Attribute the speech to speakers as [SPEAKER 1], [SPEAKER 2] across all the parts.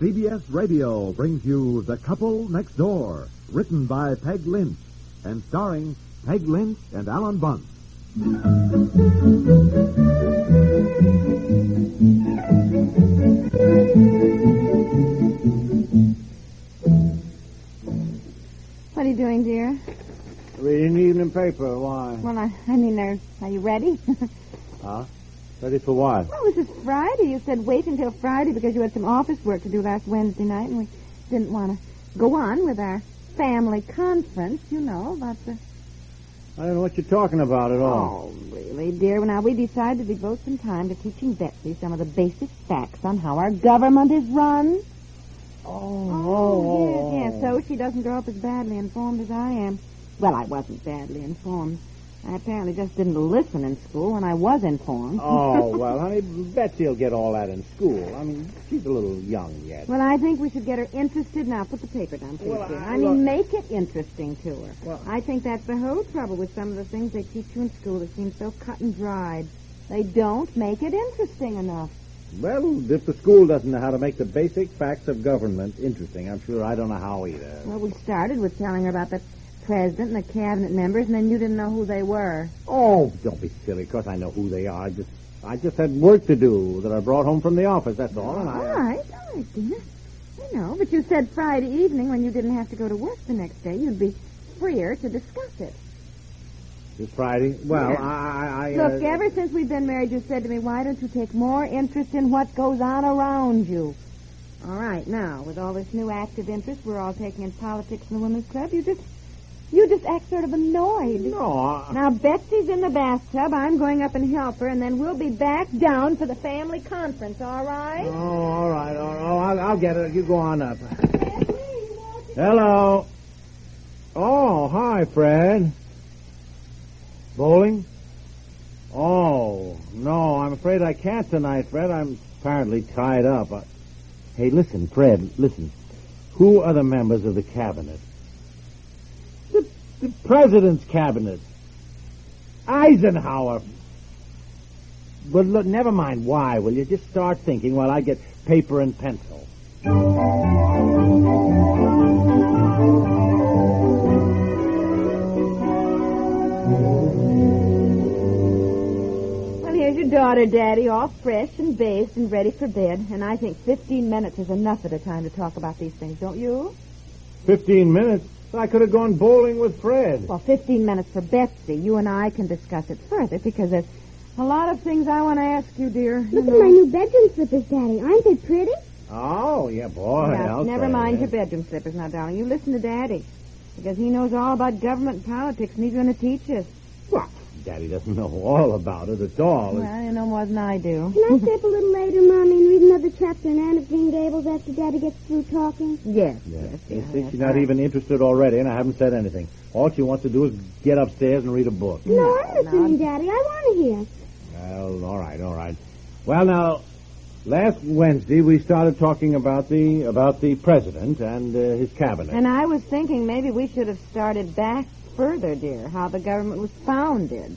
[SPEAKER 1] CBS Radio brings you The Couple Next Door, written by Peg Lynch and starring Peg Lynch and Alan Bunce.
[SPEAKER 2] What are you doing, dear?
[SPEAKER 3] Reading the evening paper. Why?
[SPEAKER 2] Well, I, I mean, are, are you ready?
[SPEAKER 3] Huh? Ready for what?
[SPEAKER 2] well, this is Friday. You said wait until Friday because you had some office work to do last Wednesday night, and we didn't want to go on with our family conference, you know, about the...
[SPEAKER 3] I don't know what you're talking about at all.
[SPEAKER 2] Oh, really, dear? Now, we decided to devote some time to teaching Betsy some of the basic facts on how our government is run.
[SPEAKER 3] Oh,
[SPEAKER 2] yes, yes. oh, So she doesn't grow up as badly informed as I am. Well, I wasn't badly informed. I apparently just didn't listen in school when I was informed.
[SPEAKER 3] oh, well, honey, Betsy'll get all that in school. I mean, she's a little young yet.
[SPEAKER 2] Well, I think we should get her interested now. Put the paper down, please.
[SPEAKER 3] Well,
[SPEAKER 2] dear.
[SPEAKER 3] I-
[SPEAKER 2] I, mean,
[SPEAKER 3] look-
[SPEAKER 2] make it interesting to her.
[SPEAKER 3] Well-
[SPEAKER 2] I think that's the whole trouble with some of the things they teach you in school that seem so cut and dried. They don't make it interesting enough.
[SPEAKER 3] Well, if the school doesn't know how to make the basic facts of government interesting, I'm sure I don't know how either.
[SPEAKER 2] Well, we started with telling her about the president and the cabinet members, and then you didn't know who they were.
[SPEAKER 3] Oh, don't be silly. Of course I know who they are. I just, I just had work to do that I brought home from the office. That's all. And
[SPEAKER 2] All
[SPEAKER 3] I,
[SPEAKER 2] right, all right, dear. I know, but you said Friday evening when you didn't have to go to work the next day, you'd be freer to discuss it.
[SPEAKER 3] this Friday. Well,
[SPEAKER 2] Yeah.
[SPEAKER 3] I, I, I.
[SPEAKER 2] Look,
[SPEAKER 3] uh,
[SPEAKER 2] ever since we've been married, you said to me, why don't you take more interest in what goes on around you? All right, now, with all this new active interest we're all taking in politics in the women's club, you just, you just act sort of annoyed.
[SPEAKER 3] No, I-
[SPEAKER 2] Now, Betsy's in the bathtub. I'm going up and help her, and then we'll be back down for the family conference, all right?
[SPEAKER 3] Oh, all right, all right. Oh, I'll, I'll get it. You go on up.
[SPEAKER 2] Betsy, you want to-
[SPEAKER 3] Hello. Oh, hi, Fred. Bowling? Oh, no, I'm afraid I can't tonight, Fred. I'm apparently tied up. I... Hey, listen, Fred, listen. Who are the members of the cabinet? The, the president's cabinet. Eisenhower. But look, never mind why, will you? Just start thinking while I get paper and pencil.
[SPEAKER 2] Well, here's your daughter, Daddy, all fresh and bathed and ready for bed. And I think 15 minutes is enough at a time to talk about these things, don't you?
[SPEAKER 3] Fifteen minutes? I could have gone bowling with Fred.
[SPEAKER 2] Well, 15 minutes for Betsy. You and I can discuss it further because there's a lot of things I want to ask you, dear.
[SPEAKER 4] Look at my new bedroom slippers, Daddy. Aren't they pretty?
[SPEAKER 3] Oh, yeah, boy.
[SPEAKER 2] Now,
[SPEAKER 3] I'll
[SPEAKER 2] never
[SPEAKER 3] tell
[SPEAKER 2] mind
[SPEAKER 3] you.
[SPEAKER 2] your bedroom slippers now, darling. You listen to Daddy because he knows all about government and politics, and he's going to teach us.
[SPEAKER 3] Well, Daddy doesn't know all about it at all.
[SPEAKER 2] Well, you know more than I do.
[SPEAKER 4] Can I stay up a little later, Mommy, and read another chapter in Anne of Green Gables after Daddy gets through talking?
[SPEAKER 2] Yes,
[SPEAKER 3] Yeah.
[SPEAKER 2] yes,
[SPEAKER 3] You
[SPEAKER 2] yes.
[SPEAKER 3] see,
[SPEAKER 2] yes,
[SPEAKER 3] she's not
[SPEAKER 2] right.
[SPEAKER 3] even interested already, and I haven't said anything. All she wants to do is get upstairs and read a book.
[SPEAKER 4] No, I'm listening, Daddy. I want to hear.
[SPEAKER 3] Well, all right, all right. Well, now, last Wednesday we started talking about the about the president and uh, his cabinet.
[SPEAKER 2] And I was thinking maybe we should have started back further, dear, how the government was founded.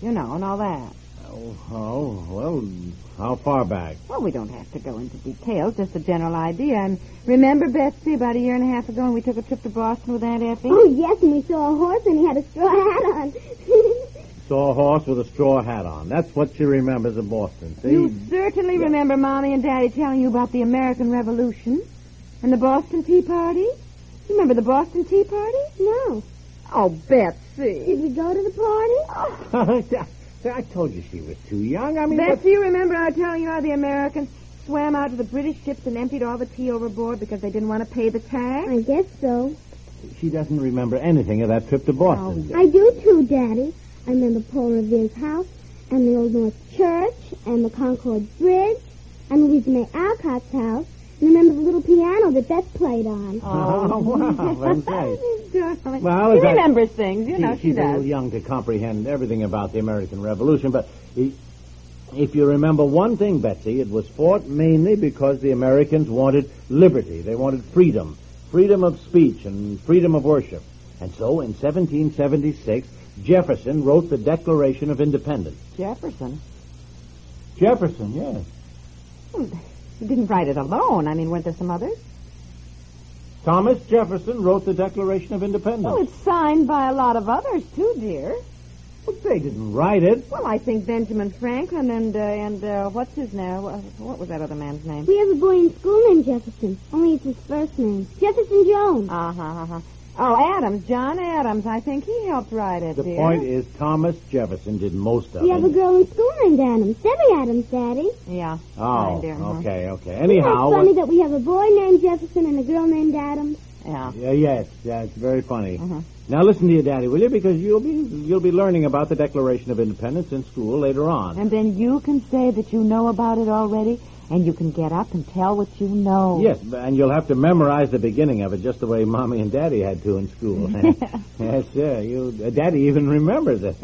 [SPEAKER 2] You know, and all that.
[SPEAKER 3] oh, oh, well, how far back?
[SPEAKER 2] Well, we don't have to go into details, just a general idea. And remember, Betsy, about a year and a half ago when we took a trip to Boston with Aunt Effie?
[SPEAKER 4] Oh, yes, and we saw a horse and he had a straw hat on.
[SPEAKER 3] Saw a horse with a straw hat on. That's what she remembers of Boston. See?
[SPEAKER 2] You certainly remember Mommy and Daddy telling you about the American Revolution and the Boston Tea Party? You remember the Boston Tea Party?
[SPEAKER 4] no.
[SPEAKER 2] Oh, Betsy.
[SPEAKER 4] Did we go to the party?
[SPEAKER 3] Oh, I told you she was too young. I mean, what-
[SPEAKER 2] Betsy, you remember I was telling you how the Americans swam out to the British ships and emptied all the tea overboard because they didn't want to pay the tax?
[SPEAKER 4] I guess so.
[SPEAKER 3] She doesn't remember anything of that trip to Boston.
[SPEAKER 4] I do too, Daddy. I remember Paul Revere's house, and the Old North Church, and the Concord Bridge, and Louisa May Alcott's house, and remember the little piano that Beth played on.
[SPEAKER 3] Oh, wow. That's right.
[SPEAKER 2] Darling.
[SPEAKER 3] Well,
[SPEAKER 2] she
[SPEAKER 3] as I-
[SPEAKER 2] remembers things, you know,
[SPEAKER 3] She-
[SPEAKER 2] she,
[SPEAKER 3] she's a
[SPEAKER 2] does.
[SPEAKER 3] little young to comprehend everything about the American Revolution, but i- if you remember one thing, Betsy, it was fought mainly because the Americans wanted liberty. They wanted freedom, freedom of speech and freedom of worship. And so in 1776, Jefferson wrote the Declaration of Independence.
[SPEAKER 2] Jefferson.
[SPEAKER 3] Jefferson, yes.
[SPEAKER 2] Hmm, He didn't write it alone. I mean, weren't there some others?
[SPEAKER 3] Thomas Jefferson wrote the Declaration of Independence.
[SPEAKER 2] Well, it's signed by a lot of others, too, dear.
[SPEAKER 3] But they didn't write it.
[SPEAKER 2] Well, I think Benjamin Franklin and, uh, and, uh, what's his name? Uh, What was that other man's name?
[SPEAKER 4] We have a boy in school named Jefferson, only it's his first name. Jefferson Jones.
[SPEAKER 2] Uh-huh, uh-huh. Oh, Adams, John Adams. I think he helped write it,
[SPEAKER 3] The
[SPEAKER 2] dear.
[SPEAKER 3] point is, Thomas Jefferson did most of
[SPEAKER 4] we
[SPEAKER 3] it.
[SPEAKER 4] have a girl in school named Adams, Debbie Adams, Daddy.
[SPEAKER 2] Yeah.
[SPEAKER 3] Oh,
[SPEAKER 2] Fine, dear, huh?
[SPEAKER 3] okay, okay.
[SPEAKER 4] Isn't
[SPEAKER 3] Anyhow,
[SPEAKER 4] that funny that we have a boy named Jefferson and a girl named Adams?
[SPEAKER 2] Yeah.
[SPEAKER 3] uh, Yeah, yes, yeah, it's very funny.
[SPEAKER 2] Mhm.
[SPEAKER 3] Now listen to your daddy, will you? Because you'll be you'll be learning about the Declaration of Independence in school later on.
[SPEAKER 2] And then you can say that you know about it already, and you can get up and tell what you know.
[SPEAKER 3] Yes, and you'll have to memorize the beginning of it just the way Mommy and Daddy had to in school. yes, sir. You, uh, Daddy even remembers it.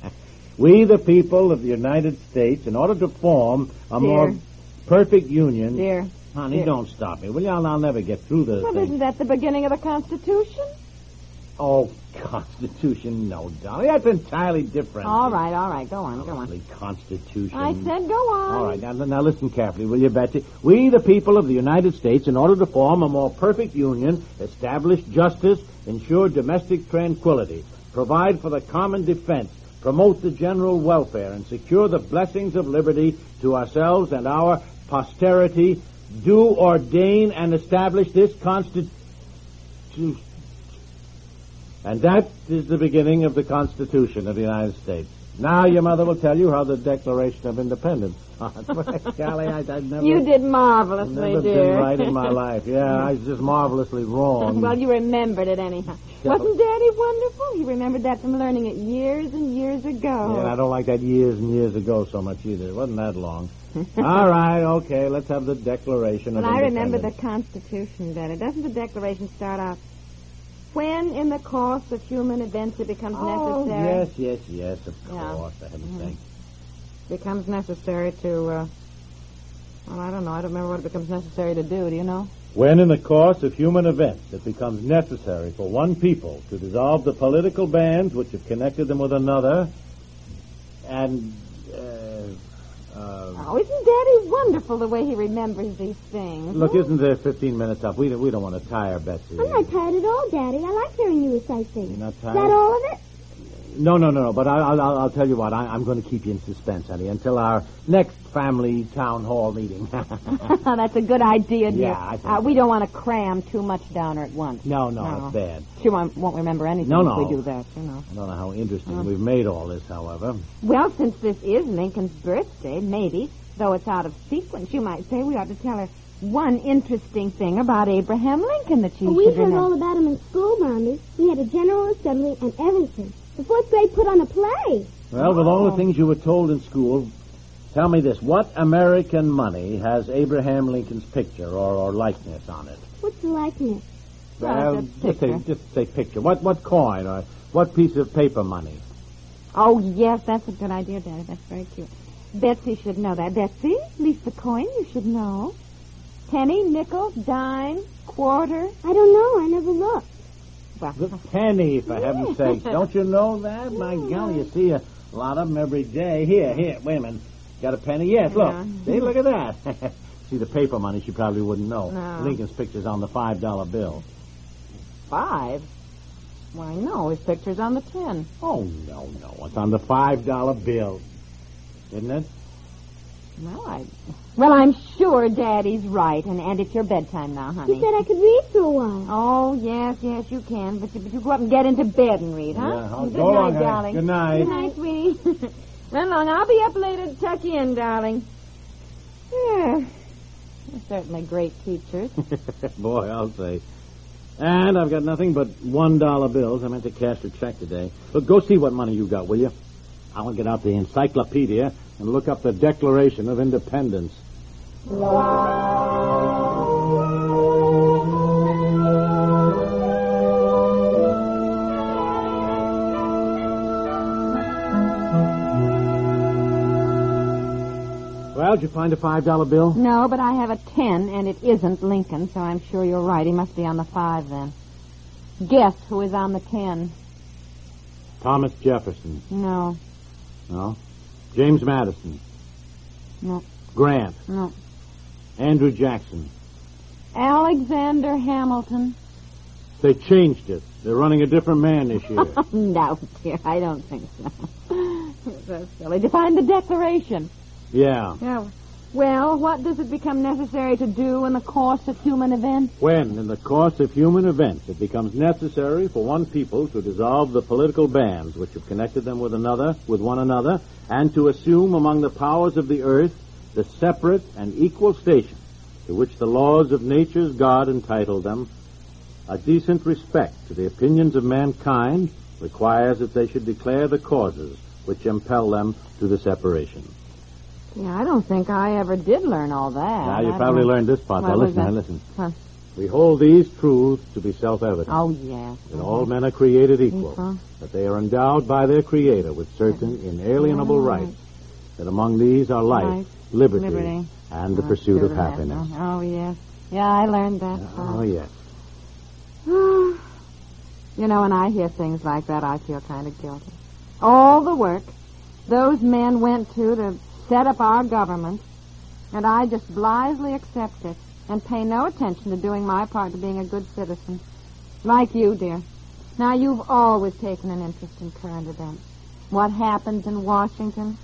[SPEAKER 3] we, the people of the United States, in order to form a
[SPEAKER 2] Dear.
[SPEAKER 3] more perfect union.
[SPEAKER 2] Dear.
[SPEAKER 3] Honey,
[SPEAKER 2] Dear.
[SPEAKER 3] don't stop me, will you? I'll, I'll never get through the
[SPEAKER 2] Well,
[SPEAKER 3] thing.
[SPEAKER 2] isn't that the beginning of the Constitution?
[SPEAKER 3] Oh, Constitution, no, Dolly. That's entirely different.
[SPEAKER 2] All right, all right. Go on, go on.
[SPEAKER 3] Lovely Constitution.
[SPEAKER 2] I said go on.
[SPEAKER 3] All right, now, now listen carefully, will you, Betsy? We, the people of the United States, in order to form a more perfect union, establish justice, ensure domestic tranquility, provide for the common defense, promote the general welfare, and secure the blessings of liberty to ourselves and our posterity, do ordain and establish this Constitution. And that is the beginning of the Constitution of the United States. Now your mother will tell you how the Declaration of Independence. Oh, Golly, I, I've never,
[SPEAKER 2] You did marvelously,
[SPEAKER 3] never
[SPEAKER 2] dear.
[SPEAKER 3] been right in my life. Yeah, I was just marvelously wrong.
[SPEAKER 2] well, you remembered it anyhow.
[SPEAKER 3] Yeah.
[SPEAKER 2] Wasn't Daddy wonderful? He remembered that from learning it years and years ago.
[SPEAKER 3] Yeah, and I don't like that years and years ago so much either. It wasn't that long. All right, okay, let's have the Declaration
[SPEAKER 2] Well,
[SPEAKER 3] of
[SPEAKER 2] I
[SPEAKER 3] Independence.
[SPEAKER 2] remember the Constitution better. Doesn't the Declaration start out? When in the course of human events it becomes
[SPEAKER 3] Oh,
[SPEAKER 2] necessary,
[SPEAKER 3] yes, yes, yes, of
[SPEAKER 2] Yeah. Mm-hmm.
[SPEAKER 3] course. I haven't think.
[SPEAKER 2] becomes necessary to, uh, well, I don't know. I don't remember what it becomes necessary to do. Do you know?
[SPEAKER 3] When, in the course of human events, it becomes necessary for one people to dissolve the political bands which have connected them with another, and uh, uh,
[SPEAKER 2] Oh, isn't Daddy wonderful the way he remembers these things?
[SPEAKER 3] look, isn't there fifteen minutes up? We don't- we don't want to tire Betsy.
[SPEAKER 4] I'm not tired at all, Daddy. I like hearing you recite things.
[SPEAKER 3] You're not
[SPEAKER 4] Is
[SPEAKER 3] tired?
[SPEAKER 4] that all of it?
[SPEAKER 3] No, no, no, no. But I, I'll, I'll- I'll tell you what. I, I'm going to keep you in suspense, honey, until our next family town hall meeting.
[SPEAKER 2] That's a good idea, dear.
[SPEAKER 3] Yeah, I think
[SPEAKER 2] uh, we
[SPEAKER 3] so.
[SPEAKER 2] don't want to cram too much down her at once.
[SPEAKER 3] no, no,
[SPEAKER 2] No.
[SPEAKER 3] it's bad.
[SPEAKER 2] She won't, won't remember anything
[SPEAKER 3] No,
[SPEAKER 2] if
[SPEAKER 3] no.
[SPEAKER 2] we do that, you know.
[SPEAKER 3] I don't know how interesting we've made all this, however.
[SPEAKER 2] Well, since this is Lincoln's birthday, maybe, though it's out of sequence, you might say we ought to tell her one interesting thing about Abraham Lincoln that she
[SPEAKER 4] we
[SPEAKER 2] should
[SPEAKER 4] heard
[SPEAKER 2] remember.
[SPEAKER 4] all about him in school, Mommy. We had a general assembly and everything. The fourth grade put on a play.
[SPEAKER 3] Well, with all the things you were told in school, tell me this. What American money has Abraham Lincoln's picture or, or likeness on it?
[SPEAKER 4] What's the likeness?
[SPEAKER 2] Well, it's a
[SPEAKER 3] just say,
[SPEAKER 2] picture.
[SPEAKER 3] just say picture. What, what coin or what piece of paper money?
[SPEAKER 2] Oh, yes, that's a good idea, Daddy. That's very cute. Betsy should know that. Betsy, least the coin you should know. Penny, nickel, dime, quarter.
[SPEAKER 4] I don't know. I never looked.
[SPEAKER 2] Well,
[SPEAKER 3] The penny, for heaven's sake. Don't you know that? My golly, you see a lot of them every day. Here, here, wait a minute. Got a penny? Yes, look.
[SPEAKER 2] Yeah.
[SPEAKER 3] See, look at that. see, the paper money she probably wouldn't know.
[SPEAKER 2] No.
[SPEAKER 3] Lincoln's picture's on the $5 bill.
[SPEAKER 2] five. Why, no, his picture's on the tin.
[SPEAKER 3] Oh, no, no. It's on the $5 bill. Isn't it?
[SPEAKER 2] Well, I... Well, I'm sure Daddy's right, and, and it's your bedtime now, honey.
[SPEAKER 4] You said I could read for a while.
[SPEAKER 2] Oh, yes, yes, you can. But you, but you go up and get into bed and read, huh?
[SPEAKER 3] Yeah, I'll
[SPEAKER 2] Good
[SPEAKER 3] go
[SPEAKER 2] night,
[SPEAKER 3] on, honey.
[SPEAKER 2] darling.
[SPEAKER 3] Good night.
[SPEAKER 2] Good night, sweetie. Run along. I'll be up later to tuck you in, darling. Yeah. They're certainly great teachers.
[SPEAKER 3] Boy, I'll say. And I've got nothing but one dollar bills. I meant to cash a check today. But go see what money you got, will you? I will get out the encyclopedia and look up the Declaration of Independence. Well, did you find a five dollar bill?
[SPEAKER 2] No, but I have a ten, and it isn't Lincoln, so I'm sure you're right. He must be on the five then. Guess who is on the ten?
[SPEAKER 3] Thomas Jefferson.
[SPEAKER 2] No,
[SPEAKER 3] No. James Madison.
[SPEAKER 2] no,
[SPEAKER 3] Grant.
[SPEAKER 2] no.
[SPEAKER 3] Andrew Jackson.
[SPEAKER 2] Alexander Hamilton.
[SPEAKER 3] They changed it. They're running a different man this year.
[SPEAKER 2] no, dear, I don't think so. That's silly. To find the Declaration.
[SPEAKER 3] yeah.
[SPEAKER 2] Yeah. Oh. Well, what does it become necessary to do in the course of human events?
[SPEAKER 3] When, in the course of human events, it becomes necessary for one people to dissolve the political bands which have connected them with another, with one another, and to assume among the powers of the earth the separate and equal station to which the laws of nature's God entitle them, a decent respect to the opinions of mankind requires that they should declare the causes which impel them to the separation.
[SPEAKER 2] Yeah, I don't think I ever did learn all that.
[SPEAKER 3] Now, you
[SPEAKER 2] I
[SPEAKER 3] probably
[SPEAKER 2] don't-
[SPEAKER 3] learned this part.
[SPEAKER 2] What
[SPEAKER 3] now,
[SPEAKER 2] was
[SPEAKER 3] listen, now,
[SPEAKER 2] that?
[SPEAKER 3] listen.
[SPEAKER 2] Huh.
[SPEAKER 3] We hold these truths to be self-evident.
[SPEAKER 2] Oh, yes.
[SPEAKER 3] That all men are created equal.
[SPEAKER 2] Equal.
[SPEAKER 3] That they are endowed by their Creator with certain inalienable rights. That among these are life,
[SPEAKER 2] Mm-hmm. Life,
[SPEAKER 3] liberty,
[SPEAKER 2] liberty,
[SPEAKER 3] and the
[SPEAKER 2] Oh,
[SPEAKER 3] pursuit of
[SPEAKER 2] sure,
[SPEAKER 3] happiness.
[SPEAKER 2] that. Oh, yes. Yeah, I learned that.
[SPEAKER 3] Oh, yes.
[SPEAKER 2] Uh-huh. you know, when I hear things like that, I feel kind of guilty. All the work those men went to to set up our government, and I just blithely accept it and pay no attention to doing my part to being a good citizen. Like you, dear. Now, you've always taken an interest in current events. What happens in Washington.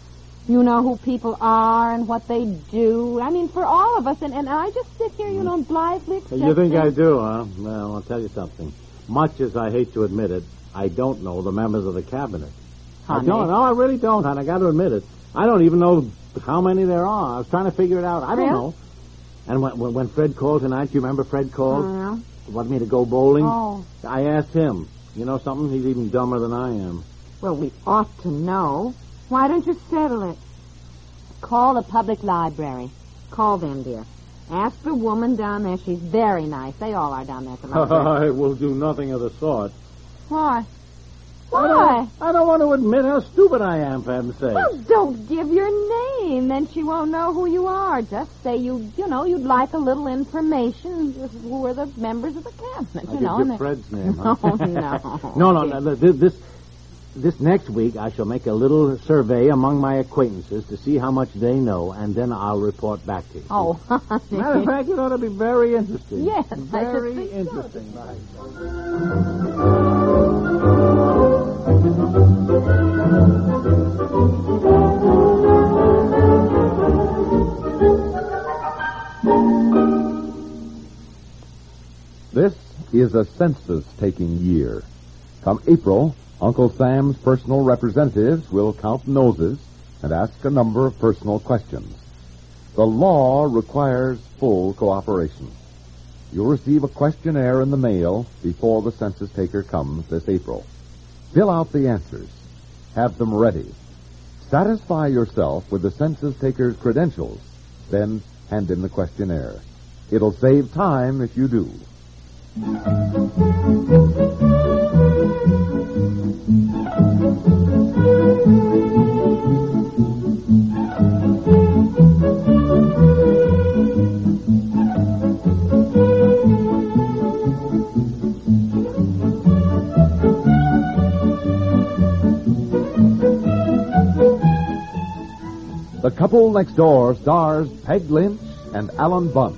[SPEAKER 2] You know who people are and what they do. I mean, for all of us. And, and I just sit here, you know, and blithely accept
[SPEAKER 3] Mm. You think
[SPEAKER 2] things.
[SPEAKER 3] I do, huh? Well, I'll tell you something. Much as I hate to admit it, I don't know the members of the cabinet. I
[SPEAKER 2] Honey.
[SPEAKER 3] don't. No, I really don't, hon. I got to admit it. I don't even know how many there are. I was trying to figure it out. I don't
[SPEAKER 2] Really?
[SPEAKER 3] know. And when, when- when Fred called tonight, you remember Fred called?
[SPEAKER 2] Oh,
[SPEAKER 3] Wanted me to go bowling?
[SPEAKER 2] Oh.
[SPEAKER 3] I asked him. You know something? He's even dumber than I am.
[SPEAKER 2] Well, we ought to know. Why don't you settle it? Call the public library. Call them, dear. Ask the woman down there. She's very nice. They all are down there at the library.
[SPEAKER 3] I will do nothing of the sort.
[SPEAKER 2] Why?
[SPEAKER 3] I don't,
[SPEAKER 2] Why?
[SPEAKER 3] I don't want to admit how stupid I am, for heaven's sake.
[SPEAKER 2] Well, don't give your name. Then she won't know who you are. Just say you, you know, you'd like a little information. Who are the members of the cabinet?
[SPEAKER 3] I
[SPEAKER 2] You
[SPEAKER 3] could
[SPEAKER 2] know.
[SPEAKER 3] give
[SPEAKER 2] and Oh, they-
[SPEAKER 3] Fred's name,
[SPEAKER 2] No,
[SPEAKER 3] huh?
[SPEAKER 2] no.
[SPEAKER 3] no, no, no, no, th- This, this next week, I shall make a little survey among my acquaintances to see how much they know, and then I'll report back to you.
[SPEAKER 2] Oh,
[SPEAKER 3] Matter of fact, it ought to be very interesting.
[SPEAKER 2] Yes, I should
[SPEAKER 3] very
[SPEAKER 2] think so.
[SPEAKER 3] interesting.
[SPEAKER 1] This is a census taking year. Come April, Uncle Sam's personal representatives will count noses and ask a number of personal questions. The law requires full cooperation. You'll receive a questionnaire in the mail before the census taker comes this April. Fill out the answers. Have them ready. Satisfy yourself with the census taker's credentials, then hand in the questionnaire. It'll save time if you do. The Couple Next Door stars Peg Lynch and Alan Bunn.